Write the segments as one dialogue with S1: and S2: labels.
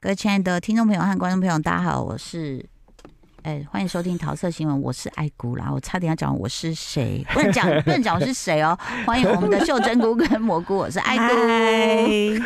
S1: 各位亲爱的听众朋友和观众朋友，大家好，我是。哎、欢迎收听桃色新闻，我是爱姑啦。我差点要讲我是谁，不能讲，不能讲我是谁哦。欢迎我们的袖珍菇跟蘑菇，我是爱姑。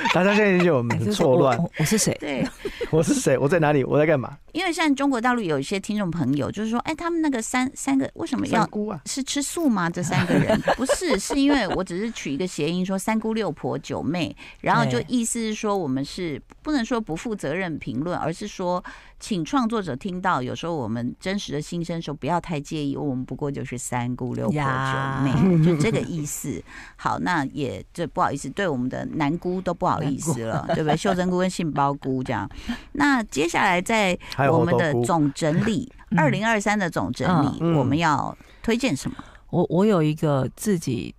S2: 大家现在就
S3: 哎
S2: 很
S3: 就是
S2: 错乱
S3: 我，我我是谁？
S1: 对，
S2: 我是谁？我在哪里？我在干嘛？
S1: 因为现在中国大陆有一些听众朋友，就是说，哎、他们那个三三个为什么要
S2: 三姑啊，
S1: 是吃素吗？这三个人不是，是因为我只是取一个谐音，说三姑六婆九妹，然后就
S3: 哎
S1: 意思是说我们是不能说不负责任评论，而是说请创作者听到有时候我们真实的心声，说不要太介意，我们不过就是三姑六婆
S3: 呀
S1: 九妹，就这个意思。好，那也这不好意思，对我们的南姑都不好意思了，对不对？袖珍菇跟杏鲍菇这样。那接下来在
S2: 还有
S1: 我
S2: 猴
S1: 们
S2: 头
S1: 的
S2: 菇。
S1: 总整理，
S3: 嗯
S1: 二零二三的总整理，
S2: 嗯
S1: 我们要推荐什么？
S3: 我我有一个自己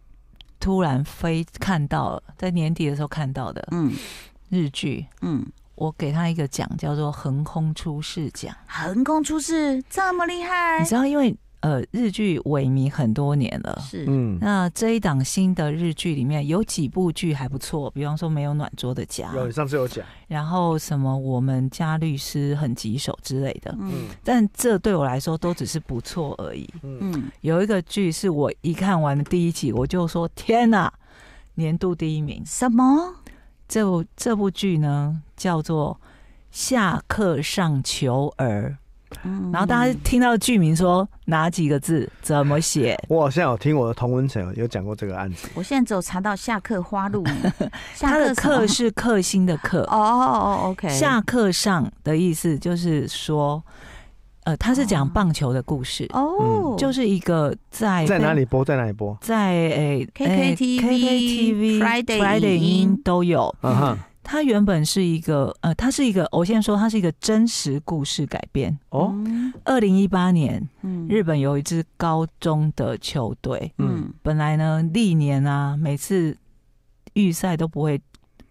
S3: 突然非看到，在年底的时候看到的
S1: 嗯
S3: 日剧，
S1: 嗯，
S3: 我给他一个奖，叫做“横空出世奖
S1: 横空出世这么厉”。害
S3: 你，知道，因为呃，日剧萎靡很多年了。
S1: 是
S2: 嗯，
S3: 那这一档新的日剧里面有几部剧还不错，比方说《没有暖桌的家
S2: 有》，你上次有讲，
S3: 然后什么《我们家律师很棘手》之类的。
S1: 嗯
S2: 嗯
S3: 但这对我来说都只是不错而已。
S2: 嗯，
S1: 嗯，
S3: 有一个剧是我一看完的第一集，我就说天哪，年度第一名。
S1: 什么？
S3: 这部这部剧呢叫做《下课上求儿》，
S1: 嗯
S3: 然后大家听到剧名说哪几个字怎么写？
S2: 我好像有听我的同文成有讲过这个案子，
S1: 我现在只有查到下课花路， 下
S3: 它的
S1: 什么
S3: 课是克星的课，
S1: 哦哦，OK，
S3: 下课上的意思就是说，呃，它是讲
S1: 哦
S3: 棒球的故事，
S1: 哦，
S2: 嗯
S3: 就是一个在
S2: 在哪
S3: 被
S2: 里播？在哪里播？
S3: 在诶、
S1: KKTV
S3: KKTV、
S1: Friday
S3: Friday
S1: 影
S3: 影
S1: 音
S3: 音都有。
S2: 嗯哼，
S3: 它原本是一个呃，它是一个，我先说它是一个真实故事改编。
S2: 哦，
S1: 嗯
S3: 二零一八年，
S1: 嗯
S3: 日本有一支高中的球队，
S2: 嗯，
S1: 嗯，
S3: 本来呢历年啊每次预赛都不会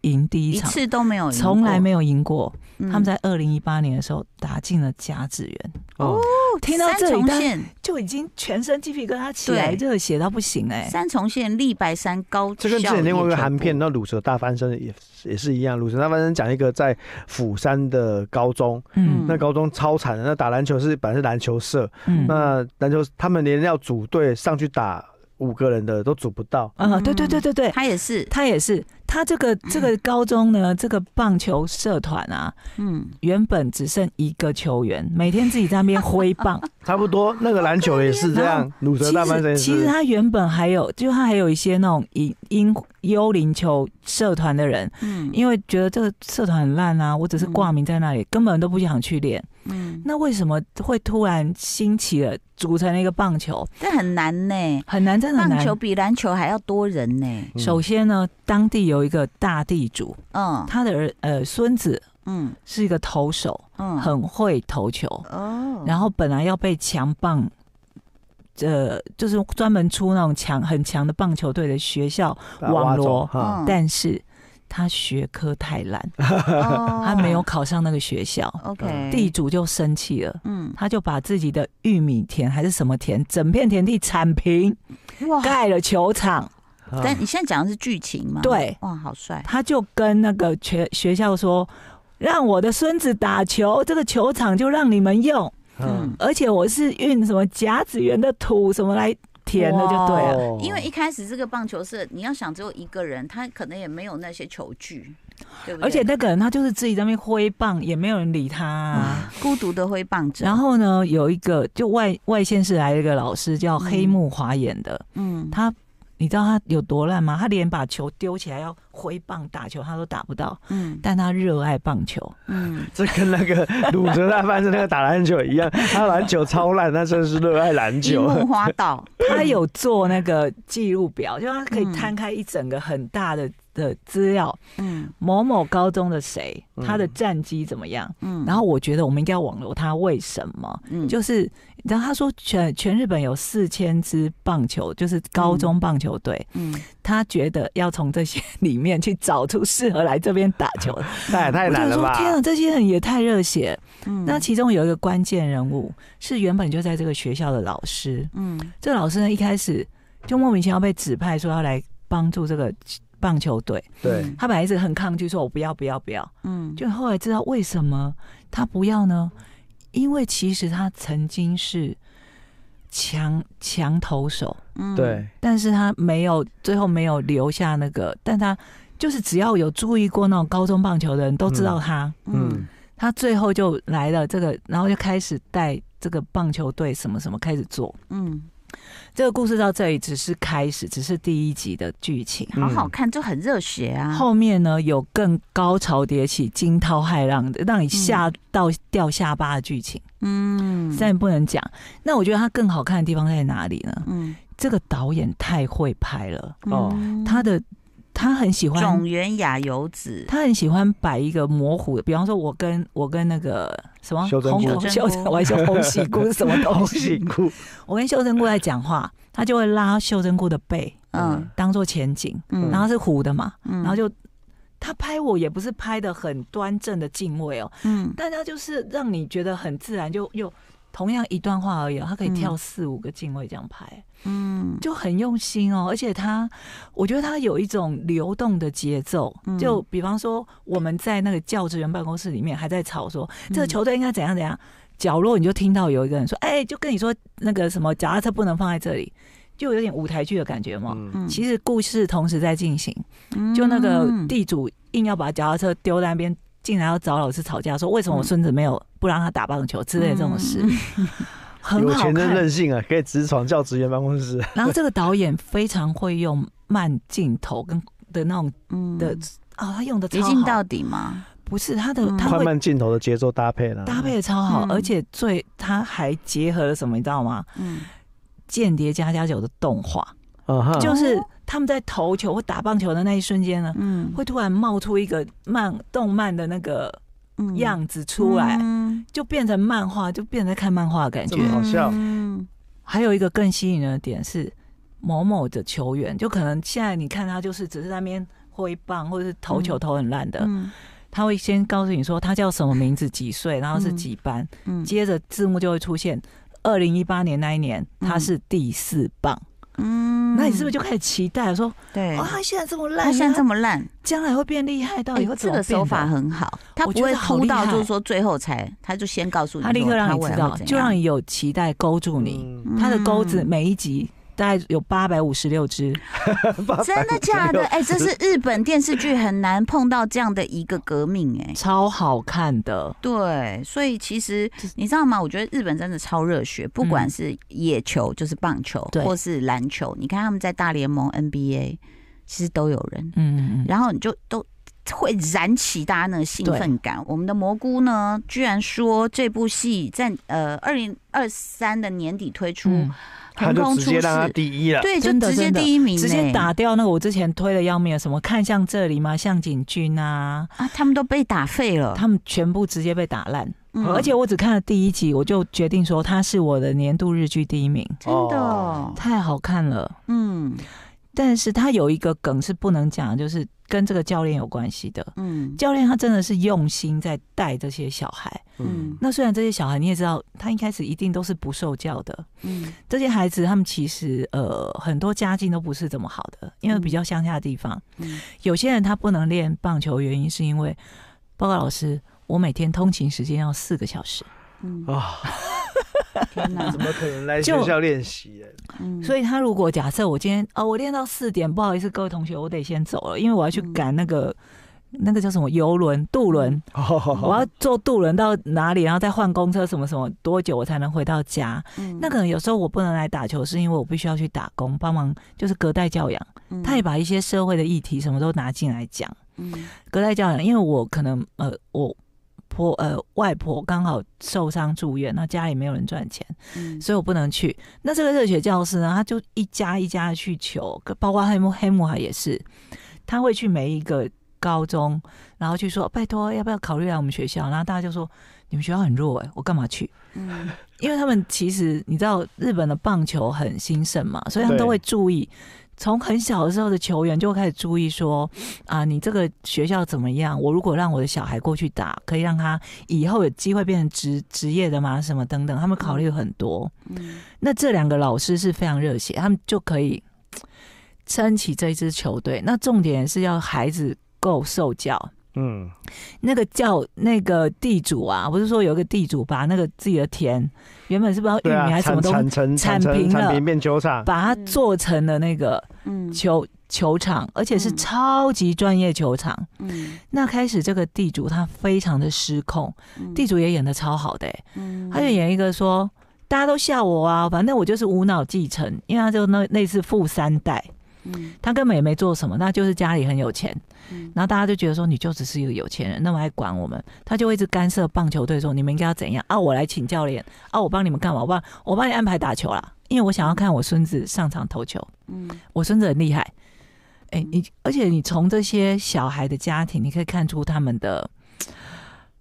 S3: 赢第一
S1: 一
S3: 场，
S1: 次都没有赢过，
S3: 从来没有赢过。
S1: 嗯，
S3: 他们在二零一八年的时候打进了甲子园，
S2: 哦，
S1: 哦
S3: 听到
S1: 三
S3: 这里
S1: 重
S3: 大家
S1: 县，
S3: 就已经全身鸡皮疙瘩起来，
S1: 对
S3: 热血到不行哎、
S1: 三重县立白山高校
S2: 这
S1: 也
S2: 跟
S1: 全部，
S2: 之前另外一个韩片，那《乳蛇大翻身》也也是一样，《乳蛇大翻身》讲一个在釜山的高中，
S3: 嗯
S2: 那高中超惨的，那打篮球是本来是篮球社，
S3: 嗯
S2: 那篮球他们连要组队上去打五个人的都组不到，
S1: 嗯
S3: 啊，对对对对对，
S1: 他也是，
S3: 他也是，他这个这个高中呢，这个棒球社团啊，
S1: 嗯，
S3: 原本只剩一个球员，每天自己在那边挥 棒。
S2: 差不多那个篮球也是这样，《乳
S3: 其
S2: 蛇大翻身
S3: 实》啊其
S2: 也
S3: 实
S2: 是，
S3: 他原本还有，就他还有一些那种英英幽灵球社团的人，
S1: 嗯
S3: 因为觉得这个社团很烂啊，我只是挂名在那里，根本都不想去练。
S1: 嗯，
S3: 那为什么会突然兴起了，组成了一个棒球？
S1: 这很难呢。
S3: 很难，真的很
S1: 棒
S3: 难。
S1: 球比篮球还要多人呢。
S2: 嗯
S3: 首先呢，当地有一个大地主，
S1: 嗯
S3: 他的儿呃孙子
S1: 嗯
S3: 是一个投手，
S1: 嗯，
S3: 很会投球，
S1: 哦，
S3: 然后本来要被强棒，呃，就是专门出那种强很强的棒球队的学校，
S2: 把它挖
S3: 网罗
S2: 走哈
S1: 嗯
S3: 但是他学科太烂，
S1: 哦
S3: 他没有考上那个学校，
S1: OK
S3: 地主就生气了。
S1: 嗯
S3: 他就把自己的玉米田还是什么田，整片田地铲平，
S1: 哇，
S3: 盖了球
S1: 嗯
S3: 场。
S2: 啊
S1: 但你现在讲的是剧情吗？
S3: 对，
S1: 哇，好帅，
S3: 他就跟那个学学校说：“让我的孙子打球，这个球场就让你们用，
S2: 嗯
S1: 嗯，
S3: 而且我是运什么甲子园的土什么来填的，就对啊了。”
S2: 哦
S1: 因为一开始这个棒球社，你要想只有一个人，他可能也没有那些球具，对不对？
S3: 而且那个人他就是自己在那边挥棒，也没有人理他、啊。
S1: 孤独的挥棒者，
S3: 然后呢，有一个就外外县市来了一个老师叫黑木华演的，
S1: 嗯，
S3: 他你知道他有多烂吗？他连把球丢起来要挥棒打球，他都打不到，
S1: 嗯
S3: 但他热爱棒球。
S1: 嗯，
S2: 这跟那个鲁蛇大翻身那个打篮球一样，他篮球超烂，他真的是热爱篮
S1: 樱
S2: 球。
S1: 木花 道，
S3: 他有做那个记录表，就他可以
S1: 嗯
S3: 摊开一整个很大的的资料，
S1: 嗯
S3: 某某高中的谁，
S2: 嗯
S3: 他的战绩怎么样？
S1: 嗯，
S3: 然后我觉得我们应该要网罗他为什么。
S1: 嗯
S3: 就是你知道，他说全全日本有四千支棒球，就是高中棒球队，
S1: 嗯，
S3: 他觉得要从这些里面去找出适合来这边打球的。
S2: 那也 太
S3: 我
S2: 难
S3: 就
S2: 了
S3: 说
S2: 吧？
S3: 天啊，这些人也太热血。
S1: 嗯
S3: 那其中有一个关键人物是原本就在这个学校的老师，
S1: 嗯
S3: 这个老师呢一开始就莫名其妙被指派说要来帮助这个。棒球队，
S2: 对
S1: 嗯
S3: 他本来是很抗拒，说我不要不要不要，
S1: 嗯，
S3: 就后来知道为什么他不要呢？因为其实他曾经是强强投手，
S1: 嗯，
S2: 对，
S3: 但是他没有最后没有留下那个，但他就是只要有注意过那种高中棒球的人都知道他，
S2: 嗯，
S3: 他最后就来了这个，然后就开始带这个棒球队什么什么开始做。
S1: 嗯，
S3: 这个故事到这里只是开始，只是第一集的剧情。
S2: 嗯
S1: 好好看，就很热血啊。
S3: 后面呢有更高潮迭起、惊涛骇浪的，让你吓到掉下巴的剧情，
S1: 嗯，
S3: 但不能讲。那我觉得它更好看的地方在哪里呢？
S1: 嗯，
S3: 这个导演太会拍了，
S2: 哦
S1: 嗯
S3: 他的他很喜欢
S1: 种，原雅游子，
S3: 他很喜欢摆一个模糊的，比方说我跟我跟那个什么
S2: 修真菇
S3: 红
S1: 修
S3: 修
S1: 真菇
S3: 我还说红喜姑是什 么东
S2: 好
S3: 西
S2: 嗯哦辛？苦，
S3: 我跟秀珍菇在讲话，他就会拉秀珍菇的背
S1: 嗯
S3: 当做前景，
S1: 嗯，
S3: 然后是糊的嘛，
S1: 嗯
S3: 然后就他拍我也不是拍的很端正的敬畏哦，
S1: 嗯
S3: 但他就是让你觉得很自然，就又同样一段话而已、哦，他可以跳四五个敬畏这样拍，
S1: 嗯
S3: 就很用心哦。而且他，我觉得他有一种流动的节奏
S1: 嗯，
S3: 就比方说我们在那个教职员办公室里面还在吵说
S1: 嗯
S3: 这个球队应该怎样怎样，角落你就听到有一个人说，哎，就跟你说那个什么脚踏车不能放在这里，就有点舞台剧的感觉嘛。
S2: 嗯
S1: 嗯
S3: 其实故事同时在进行，就那个
S1: 嗯
S3: 地主硬要把脚踏车丢在那边，竟然要找老师吵架，说为什么我
S1: 嗯
S3: 孙子没有不让他打棒球之类的这种事， 很
S2: 有
S3: 嗯好
S2: 钱真
S3: 看。
S2: 任性啊，可以直闯教职员办 公室，
S3: 然后这个导演非常会用慢镜头跟的那种
S1: 嗯
S3: 的啊、他用的
S1: 一
S3: 超
S1: 镜
S3: 好
S1: 到，底嘛，
S3: 不是他的、
S1: 嗯
S3: 他
S2: 快
S3: 会
S2: 慢镜头的节奏搭配了，
S3: 搭配的超好，
S1: 嗯
S3: 而且最他还结合了什么，你知道吗？
S1: 嗯，
S3: 《间谍加加酒》的动画，
S2: 啊哈，
S1: 哦
S3: 就是他们在投球或打棒球的那一瞬间呢，
S1: 嗯
S3: 会突然冒出一个漫动漫的那个样子出来，
S1: 嗯
S3: 就变成漫画，就变成在看漫画的感觉
S2: 这。么好笑
S1: 嗯
S3: 还有一个更吸引人的点是，某某的球员，就可能现在你看他就是只是在那边挥棒或者是投球
S1: 嗯
S3: 投很烂的，
S1: 嗯
S3: 他会先告诉你说他叫什么名字、几岁，然后是几班，
S1: 嗯
S3: 接着字幕就会出现。二零一八年那一年，他是第四棒，
S1: 嗯
S3: 那你是不是就开始期待说，
S1: 对
S3: 啊、？他现在这么
S1: 他
S3: 烂，
S1: 现在这
S3: 么
S1: 么烂，
S3: 将来会变厉害，到
S1: 哎
S3: 底会怎
S1: 这个
S3: 么变的？
S1: 手法很好，他
S3: 我
S1: 不
S3: 觉得
S1: 会
S3: 好
S1: 铺
S3: 厉
S1: 到
S3: 害
S1: 就是说最后才，他就先告诉你说，
S3: 他立刻让你
S1: 未
S3: 知
S1: 来
S3: 道
S1: 会，怎
S3: 就让
S1: 样
S3: 你有期待勾住你。
S2: 嗯
S1: 嗯
S3: 他的钩子每一集大概有八百五十六只，
S2: 嗯
S1: 真的假的？哎，这是日本电视剧很难碰到这样的一个革命 哎。
S3: 超好看的。
S1: 对，所以其实
S3: 就是
S1: 你知道吗？我觉得日本真的超热血，不管
S3: 嗯
S1: 是野球，就是棒球，
S3: 对
S1: 或是篮球，你看他们在大联盟 NBA，其实都有人，
S3: 嗯嗯嗯，
S1: 然后你就都。会燃起大家那个兴
S3: 对
S1: 奋感。我们的蘑菇呢，居然说这部戏在呃二零二三的年底推出，
S3: 嗯
S2: 他
S1: 横
S2: 就
S1: 空
S2: 直
S1: 出
S2: 接让他
S1: 世，
S2: 第一了，
S1: 对，就
S3: 真的
S1: 直接
S3: 真的
S1: 第一名呢，哎
S3: 直接打掉那个我之前推的要命的什么看向这里吗？向井君啊，
S1: 啊！他们都被打废了，
S3: 他们全部直接被打烂。
S1: 嗯
S3: 而且我只看了第一集，我就决定说它是我的年度日剧第一名，
S1: 真的哦，
S3: 太好看了。
S1: 嗯
S3: 但是它有一个梗是不能讲的，就是跟这个教练有关系的。
S1: 嗯
S3: 教练他真的是用心在带这些小孩，
S1: 嗯
S3: 那虽然这些小孩你也知道，他一开始一定都是不受教的，
S1: 嗯
S3: 这些孩子他们其实呃很多家境都不是怎么好的，因为比较乡下的地方，
S1: 嗯
S3: 有些人他不能练棒球，原因是因为报告老师，我每天通勤时间要四个小时，
S1: 嗯，
S2: 啊，
S1: 天哪
S2: 怎！么可能来学校练习？
S1: 嗯
S3: 所以他如果假设我今天哦我练到四点，不好意思各位同学，我得先走了，因为我要去赶那个、
S1: 嗯
S3: 那个叫什么游轮渡轮，我
S2: 我
S3: 要坐渡轮到哪里，然后再换公车什么什么，多久我才能回到家？
S1: 嗯
S3: 那可能有时候我不能来打球，是因为我必须要去打工，帮忙就是隔代教养。
S1: 嗯
S3: 他也把一些社会的议题什么都拿进来讲。
S1: 嗯
S3: 隔代教养，因为我可能呃，我婆呃外婆刚好受伤住院，那家里没有人赚钱，
S1: 嗯
S3: 所以我不能去。那这个热血教师呢，他就一家一家的去求，包括黑木黑木海也是，他会去每一个高中，然后去说拜托要不要考虑来我们学校，然后大家就说你们学校很弱哎、我干嘛去？
S1: 嗯
S3: 因为他们其实你知道日本的棒球很兴盛嘛，所以他们
S2: 对
S3: 都会注意，从很小的时候的球员就会开始注意说啊，你这个学校怎么样？我如果让我的小孩过去打，可以让他以后有机会变成职职业的吗？什么等等，他们考虑很多。
S1: 嗯
S3: 那这两个老师是非常热血，他们就可以。撑起这支球队。那重点是要孩子够受教，
S2: 嗯，
S3: 那个叫那个地主啊，不是说有一个地主把那个自己的田原本是不知道玉
S2: 对啊
S3: 米还，是什
S2: 产
S3: 么东西，
S2: 产成
S3: 铲
S2: 产成
S3: 平
S2: 产
S3: 了
S2: 品变球场，
S3: 把它做成了那个
S1: 嗯
S3: 球球场，而且是
S1: 嗯
S3: 超级专业球场。
S1: 嗯
S3: 那开始这个地主他非常的失控，
S1: 嗯
S3: 地主也演的超好的、欸，
S1: 嗯
S3: 他就演一个说大家都笑我啊，反正我就是无脑继承，因为他就那类似富三代，
S1: 嗯
S3: 他根本也没做什么，那就是家里很有钱，
S1: 嗯
S3: 然后大家就觉得说你就只是一个有钱人，那么还管我们？他就会一直干涉棒球队说你们应该要怎样啊？我来请教练啊，我帮你们干嘛？我帮我帮你安排打球啦，因为我想要看我孙子上场投球，
S1: 嗯
S3: 我孙子很厉害。哎、你而且你从这些小孩的家庭，你可以看出他们的嘖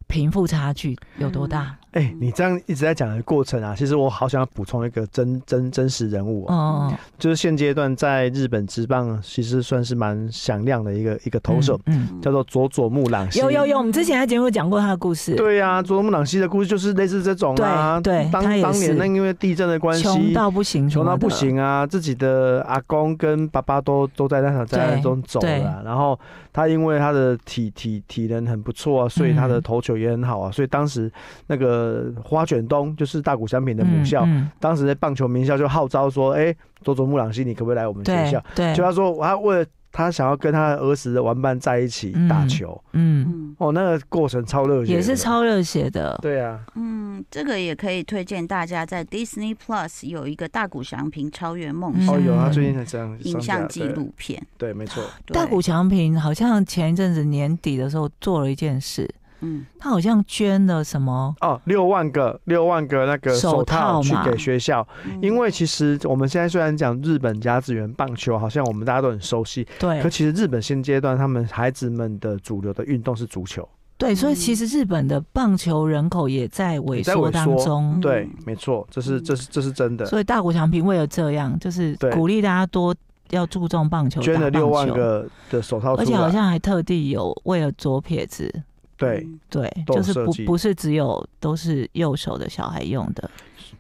S3: 贫富差距有多大。
S2: 哎、你这样一直在讲的过程啊，其实我好想要补充一个真真真实人物、哦，
S3: 嗯，嗯
S2: 就是现阶段在日本职棒其实算是蛮响亮的一个一个投手，，
S3: 嗯，嗯
S2: 叫做佐佐木朗希。
S3: 有有有，我们之前在节目讲过他的故事，
S2: 对呀、佐佐木朗希的故事就是类似这种啊。
S3: 对对
S2: 当
S3: 他也
S2: 当
S3: 是
S2: 年那因为地震的关
S3: 穷
S2: 系，
S3: 到不行，
S2: 穷到不。行啊，自己的阿公跟爸爸都都在那场灾难中走了啊、然后他因为他的体体体能很不错啊，所以他的
S3: 嗯
S2: 投球也很好啊，所以当时那个花卷东就是大谷翔平的母校，
S3: 嗯
S2: 当时的棒球名校就号召说，哎、佐佐木朗希，你可不可以来我们学
S3: 对
S2: 校？
S3: 对，
S2: 就他说，他为了他想要跟他的儿时的玩伴在一起
S3: 嗯
S2: 打球，
S3: 嗯，
S1: 嗯
S2: 哦，那个过程超热血的，
S3: 也是超热血的。
S2: 对啊，
S1: 嗯，这个也可以推荐大家在 Disney Plus 有一个大谷翔平超越梦
S3: 嗯
S2: 哦，
S1: 想
S2: 有他最近才这样
S1: 影
S2: 上架
S1: 像纪，录片，
S2: 对对，没错，
S1: 对
S3: 大谷翔平好像前一阵子年底的时候做了一件事，
S1: 嗯
S3: 他好像捐了什么，
S2: 哦，六万个六万个那个手
S3: 手
S2: 套
S3: 套
S2: 去
S3: 嘛
S2: 给学校，
S1: 嗯
S2: 因为其实我们现在虽然讲日本甲子园棒球，啊好像我们大家都很熟悉，
S3: 对
S2: 可其实日本现阶段他们孩子们的主流的运动是足球，
S3: 对，所以
S1: 嗯
S3: 其实日本的棒球人口也在萎
S2: 也在萎
S3: 缩
S2: 缩
S3: 当中
S1: 嗯，
S2: 对，没错，
S3: 嗯
S2: 这是这是这是真的，
S3: 所以大谷翔平为了这样，就是
S2: 对
S3: 鼓励大家多要注重棒球，
S2: 捐
S3: 打
S2: 了
S3: 棒
S2: 六万
S3: 球，
S2: 个的手套
S3: 而
S2: 出
S3: 且好
S2: 来，
S3: 像还嗯特地有为了左撇子，
S2: 对，
S1: 嗯
S3: 对，
S2: 都有
S3: 就是
S2: 设
S3: 不
S2: 计
S3: 不是只有都是右手的小孩用的，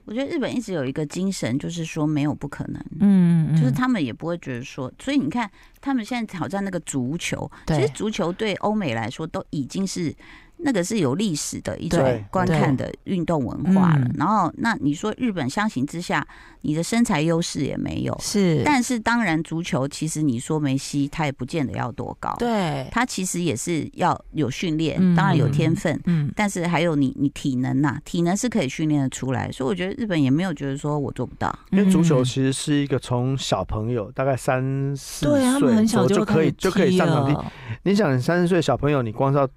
S1: 我觉得日本一直有一个精神，就是说没有不可能。
S3: 嗯，嗯
S1: 就是
S3: 嗯
S1: 他们也不会觉得说，所以你看，他们现在挑战那个足球，其实
S3: 对
S1: 足球对欧美来说都已经是那个是有历史的一
S2: 对
S1: 种观看的运动文化了
S3: 嗯。
S1: 然后，那你说日本相形之下，你的身材优势也没有，
S3: 是，
S1: 但是当然足球其实你说梅西他也不见得要多高，
S3: 对，
S1: 他其实也是要有训练，
S3: 嗯
S1: 当然有天分，
S3: 嗯，
S1: 但是还有你你体能呐、体能是可以训练的出来，所以我觉得日本也没有觉得说我做不到。
S2: 因为足球
S3: 嗯
S2: 其实是一个从小朋友大概三四
S3: 对啊他们
S2: 岁
S3: 很
S2: 左
S3: 小
S2: 右
S3: 就
S2: 可以就可以上场踢。
S3: 踢
S2: 你想，三十岁小朋友，你光是要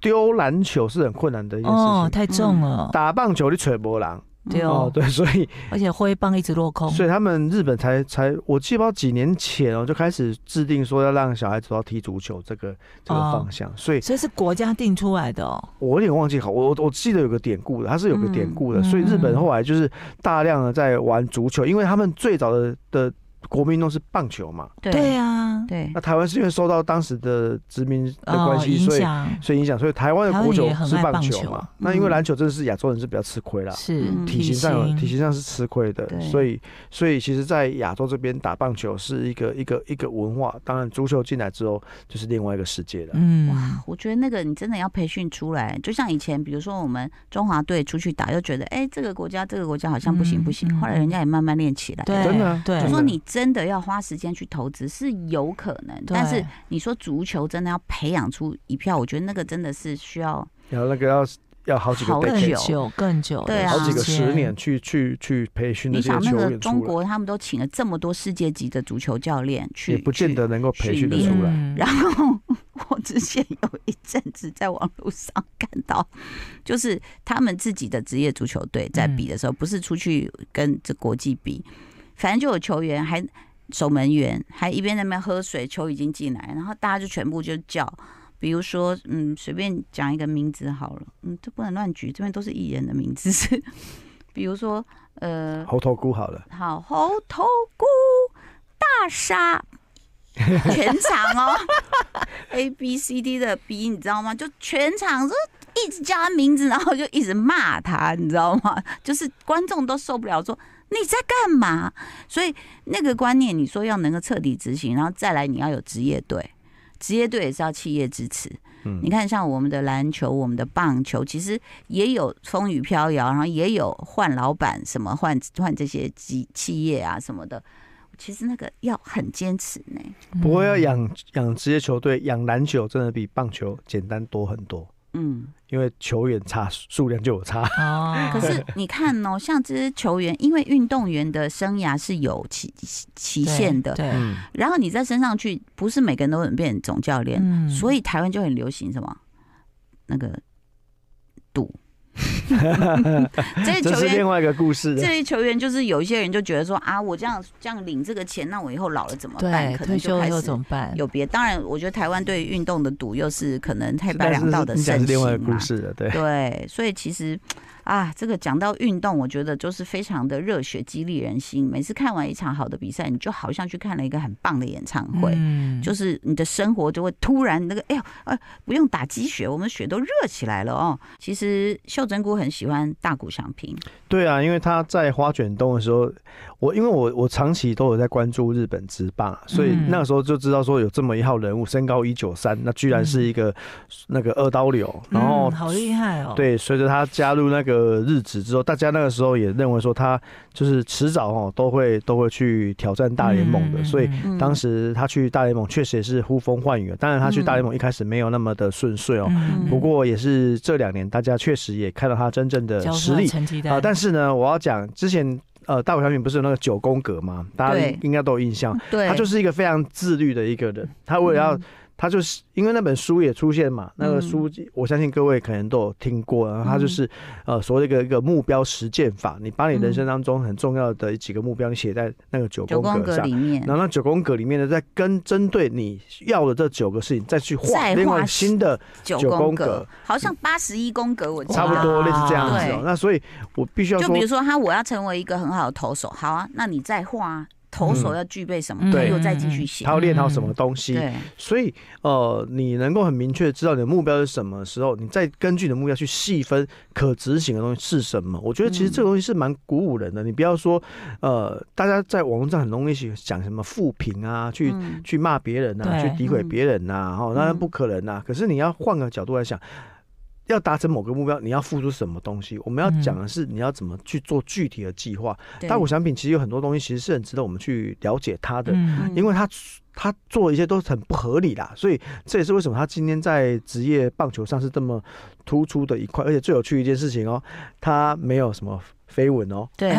S2: 丢篮球是很困难的一件
S3: 了
S2: 事
S3: 哦，
S2: 情。
S3: 太重了，
S2: 打棒球你吹波浪
S3: 对
S1: 嗯
S2: 哦
S3: 哦，
S2: 对，所以
S3: 而且挥棒一直落空。
S2: 所以他们日本才才，我记不到几年前哦，就开始制定说要让小孩子要踢足球这个这个
S3: 哦
S2: 方向，所以
S3: 所以是国家定出来的哦，
S2: 我有点忘记好，我我我记得有个典故的，它是有个典故的，
S3: 嗯
S2: 所以日本后来就是大量的在玩足球，因为他们最早的的国民运动是棒球嘛，
S3: 对
S1: 对
S3: 啊，
S1: 对
S2: 那台湾是因为受到当时的殖民的关
S3: 哦，
S2: 系，
S3: 影
S2: 所以
S3: 响
S2: 所以影响，所以台湾的国
S3: 台湾
S2: 球
S3: 也很
S2: 是
S3: 爱
S2: 棒
S3: 棒
S2: 球
S3: 球
S2: 嘛
S3: 嗯，
S2: 那因为篮球真的是亚洲人是比较吃亏啦，
S3: 是
S1: 嗯
S2: 啊体型上有体型上是吃亏的，
S1: 对
S2: 所以所以其实，在亚洲这边打棒球是一个一个一个文化，当然足球进来之后就是另外一个世界了。
S3: 嗯，
S1: 哇，我觉得那个你真的要培训出来，就像以前，比如说我们中华队出去打，又觉得哎、这个国家这个国家好像不行
S3: 嗯
S1: 不行，
S3: 嗯
S1: 后来人家也慢慢练起来。
S3: 对，
S2: 真的啊
S3: 对，
S1: 就
S2: 真
S1: 说
S2: 的
S1: 你真的要花时间去投资是有可能，
S3: 对
S1: 但是你说足球真的要培养出一票，我觉得那个真的是需要
S2: 然后那个要要好几个
S1: 好
S2: 辈
S1: 更
S2: 子
S1: 久
S3: 更久更久的
S1: 对啊
S2: 好几个
S3: 时
S2: 十
S3: 间
S2: 年，去去去培训的
S1: 你
S2: 这
S1: 想
S2: 些
S1: 那
S2: 球
S1: 个
S2: 员
S1: 中
S2: 出来，
S1: 国他们都请了这么多世界级的足球教练去，
S2: 也不见得能够培训的
S1: 训
S2: 出来。
S3: 嗯
S1: 然后我之前有一阵子在网络上看到，就是他们自己的职业足球队在比的时候，不是出去跟这国际比，反正就有球员还守门员还一边在那边喝水，球已经进来，然后大家就全部就叫。比如说，嗯，随便讲一个名字好了，嗯，这不能乱举，这边都是艺人的名字。是，比如说，呃，
S2: 猴头菇好了，
S1: 好，猴头菇大沙，全场哦 ，A B C D 的 B，你知道吗？就全场就 一直叫他名字，然后就一直骂他，你知道吗？就是观众都受不了，说你在干嘛？所以那个观念，你说要能够彻底执行，然后再来你要有职业队，职业队也是要企业支持。
S2: 嗯
S1: 你看，像我们的篮球、我们的棒球，其实也有风雨飘摇，然后也有换老板、什么换换这些企企业啊什么的。其实那个要很坚持呢。
S3: 嗯
S2: 不啊过要养养职业球队，养篮球真的比棒球简单多很多，
S1: 嗯，
S2: 因为球员差，数量就有差。
S3: 哦，
S1: 可是你看哦，像这些球员，因为运动员的生涯是有期期
S3: 对
S1: 限的，
S3: 对，
S2: 嗯，
S1: 然后你再升上去，不是每个人都能变总教练，
S3: 嗯
S1: 所以台湾就很流行什么那个 赌。 这些
S2: 这
S1: 球
S2: 是
S1: 员
S2: 另外一个故事
S1: 这
S2: 的。
S1: 类球员就是有一些人就觉得说啊，我这样这样领这个钱，那我以后老了怎么办？
S3: 对，
S1: 可能
S3: 退
S1: 就
S3: 休
S1: 开
S3: 又
S1: 始
S3: 怎么办？
S1: 有别。当然，我觉得台湾对于运动的赌又是可能太白
S2: 但
S1: 两
S2: 是
S1: 道的
S2: 你讲
S1: 盛
S2: 是另
S1: 行
S2: 外一个故
S1: 嘛。
S2: 事的，对。
S1: 对，所以其实啊，这个讲到运动，我觉得就是非常的热血激励人心。每次看完一场好的比赛，你就好像去看了一个很棒的演唱会。
S3: 嗯
S1: 就是你的生活就会突然那个，哎呦，呃，不用打鸡血，我们血都热起来了哦。其实秀珍菇很喜欢大谷翔平，
S2: 对啊，因为他在花卷东的时候，我因为我我长期都有在关注日本职棒啊，所以
S3: 嗯
S2: 那个时候就知道说有这么一号人物，身高一九三，那居然是一个那个二刀流，然后
S3: 嗯好厉害哦，，
S2: 对，随着他加入那个日职之后，大家那个时候也认为说他就是迟早哦都会都会去挑战大联盟的，所以。
S3: 嗯
S1: 嗯
S2: 当时他去大联盟确实也是呼风唤雨，啊当然他去大联盟一开始没有那么的顺遂哦，
S3: 嗯
S2: 不过也是这两年大家确实也看到他真正的
S3: 交
S2: 实
S3: 出了
S2: 力
S3: 成绩
S2: 啊、
S3: 单，
S2: 但是呢，我要讲之前呃，大谷翔平不是有那个九宫格嘛，大家
S1: 对
S2: 应该都有印象。
S1: 对，
S2: 他就是一个非常自律的一个人，他为了要，
S1: 嗯
S2: 他就是因为那本书也出现嘛，那个
S1: 嗯
S2: 书我相信各位可能都有听过，然后他就是呃所谓的一个一个目标实践法，你把你人生当中很重要的几个目标，你写在那个九
S1: 九宫
S2: 宫格
S1: 格
S2: 上。
S1: 里面，
S2: 然后那九宫格里面呢，再跟针对你要的这九个事情，再去画
S1: 再
S2: 另
S1: 画
S2: 外新的
S1: 九
S2: 九
S1: 宫
S2: 宫
S1: 格
S2: 格嗯
S1: 好像八十一宫格，我记得
S2: 差不多
S3: 哇
S2: 类似这样子哦、
S1: 对
S2: 那所以我必须要
S1: 就
S2: 说
S1: 比如，说他我要成为一个很好的投手，好啊，那你再画啊投手
S2: 嗯
S1: 要具备什么，
S3: 嗯
S1: 他
S2: 对
S1: 又再继续写
S2: 他，要练好什
S3: 嗯
S2: 么东西，
S1: 对，
S2: 所以，呃，你能够很明确地知道你的目标是什么时候，你再根据你的目标去细分可执行的东西是什么。我觉得
S1: 嗯
S2: 其实这个东西是蛮鼓舞人的。你不要说，呃，大家在网络上很容易去讲什么负评啊，去、
S1: 嗯
S2: 去骂别人啊，去
S3: 对
S2: 诋毁别人呐、哦，当然不可能呐、可是你要换个角度来想。要达成某个目标，你要付出什么东西？我们要
S3: 嗯
S2: 讲的是你要怎么去做具体的计划。
S1: 对
S2: 大谷翔平其实有很多东西，其实是很值得我们去了解他的。
S3: 嗯
S2: 因为他他做的一些都很不合理啦，所以这也是为什么他今天在职业棒球上是这么突出的一块。而且最有趣的一件事情哦，他没有什么绯闻哦。
S1: 对，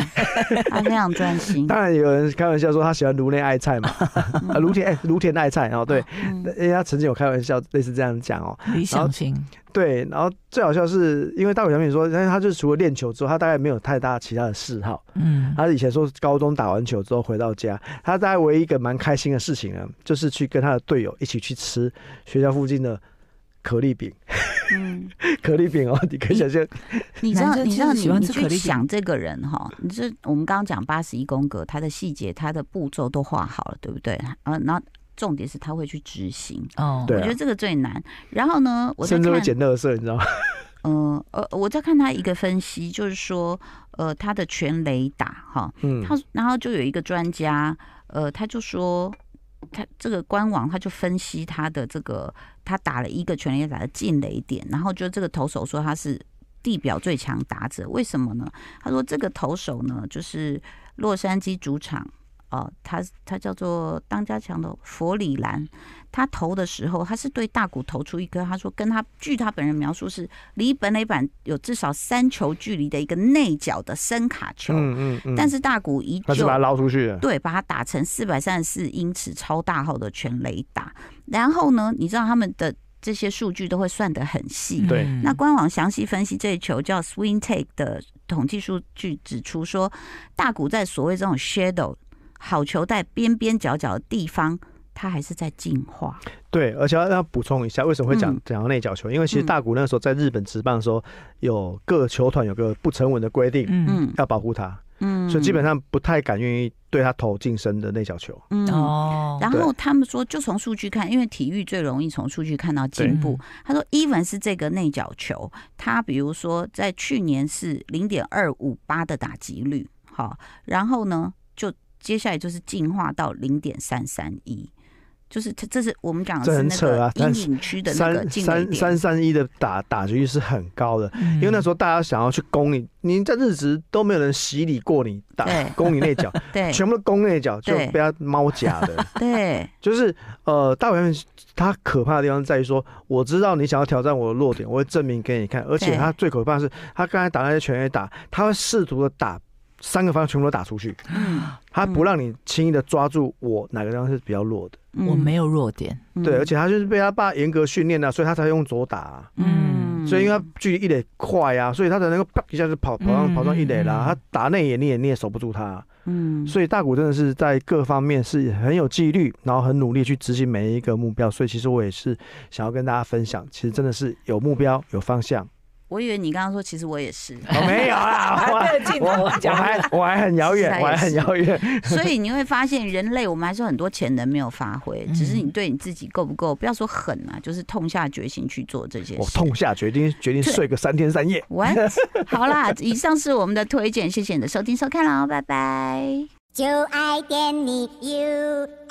S1: 他非常专心，
S2: 当然有人开玩笑说他喜欢颅内爱菜嘛，啊
S1: 嗯
S2: 颅田哎颅田爱菜哦，对，
S1: 嗯
S2: 因为他曾经有开玩笑类似这样讲哦。
S3: 理想型，
S2: 对，然后最好笑是因为大谷翔平说，但是他就是除了练球之后，他大概没有太大其他的嗜好。
S3: 嗯，
S2: 他以前说高中打完球之后回到家，他大概唯一一个蛮开心的事情呢，就是去跟他的队友一起去吃学校附近的可丽饼。
S1: 嗯，
S2: 可丽饼哦，你可以想象，
S1: 你知道
S3: 男生
S1: 你知道
S3: 就是
S1: 你
S3: 喜欢
S1: 你
S3: 吃可
S1: 去
S3: 丽饼
S1: 想这个人哈，你这我们刚刚讲八十一宫格，他的细节、他的步骤都画好了，对不对？啊，然后重点是他会去执行，
S3: 哦，
S2: 对啊
S1: 我觉得这个最难。然后呢，我在
S2: 甚至会
S1: 看
S2: 捡垃圾，你知道吗？
S1: 嗯呃，我在看他一个分析，就是说，呃，他的全雷打哈，
S2: 嗯，
S1: 他然后就有一个专家，呃，他就说，他这个官网他就分析他的这个，他打了一个全垒打的进雷点，然后就这个投手说他是地表最强打者，为什么呢？他说这个投手呢，就是洛杉矶主场。哦，他他叫做当家强投佛里兰，他投的时候，他是对大谷投出一颗，他说跟他据他本人描述是离本垒板有至少三球距离的一个内角的深卡球，
S2: 嗯嗯嗯
S1: 但是大谷依
S2: 他是
S1: 旧
S2: 把它捞出去的。
S1: 对把它打成四百三十四英尺超大号的全雷打。然后呢，你知道他们的这些数据都会算得很细。
S2: 对
S3: 嗯
S1: 那官网详细分析这一球叫 swing take 的统计数据指出说，大谷在所谓这种 shadow 好球带边边角角的地方，它还是在进化。
S2: 对，而且要要补充一下，为什么会讲
S1: 嗯
S2: 讲到内角球？因为其实
S1: 嗯
S2: 大谷那时候在日本职棒的时候，有各球团有个不成文的规定，
S3: 嗯
S1: 嗯
S2: 要保护他，
S1: 嗯，
S2: 所以基本上不太敢愿意对他投近身的内角球。
S1: 嗯。
S3: 哦，
S1: 然
S2: 对
S1: 后他们说，就从数据看，因为体育最容易从数据看到进步。他说，even 是这个内角球，他比如说在去年是零点二五八的打击率，好，然后呢，就接下来就是进化到零点三三一，就是这这是我们讲的是那
S2: 这很扯
S1: 个
S2: 啊但
S1: 阴影区的那个
S2: 三
S1: 进
S2: 三
S1: 点
S2: 三，三一的打打击率是很高的，
S1: 嗯
S2: 因为那时
S3: 候
S2: 候大家想要去攻你，你在日职都没有人洗礼过你打
S1: 对
S2: 攻你内角，
S1: 对
S2: 全部都攻内角，就
S1: 对
S2: 被他猫夹的。
S1: 对
S2: 就是呃，大表面他可怕的地方在于说，我知道你想要挑战我的弱点，我会证明给你看。而且
S1: 对
S2: 他最可怕的是，他刚才打那些全垒打，他会试图的打三个方向全部都打出去，
S1: 嗯
S2: 他不让你轻易的抓住我哪个地方是比较弱的。
S1: 嗯
S3: 我没有弱 点，
S2: 对，而
S1: 且
S2: 且他就是被他爸严格训练的，所以他才用左打啊、
S3: 嗯
S2: 所以因为他距离一垒快啊，所以他才能够啪一下就跑跑上
S3: 嗯
S2: 跑上一垒
S3: 嗯
S2: 啦。他打内野你也你也守不住他啊、
S1: 嗯
S2: 所以大谷真的是在各方面是很有纪律，然后很努力去执行每一个目标。所以其实我也是想要跟大家分享，其实真的是有目标、有方向。
S1: 我以为你刚刚说，其实我也是，
S2: 我、没有啦，我
S3: 对镜头
S2: 我
S3: 讲
S2: 还我还很遥
S1: 其
S2: 远，
S3: 啊
S1: 实
S2: 我
S1: 还
S2: 还
S1: 也是
S2: 很遥远。
S1: 所以你会发现，人类我们还是有很多潜能没有发挥，
S3: 嗯
S1: 只是你对你自己够不够，不要说狠啊，就是痛下决心去做这些
S2: 我
S1: 事。
S2: 哦痛下决定，决定
S1: 对
S2: 睡个三天三夜。
S1: What？好啦，以上是我们的推荐，谢谢你的收听收看喽，拜拜。
S4: 就爱点你 UFO。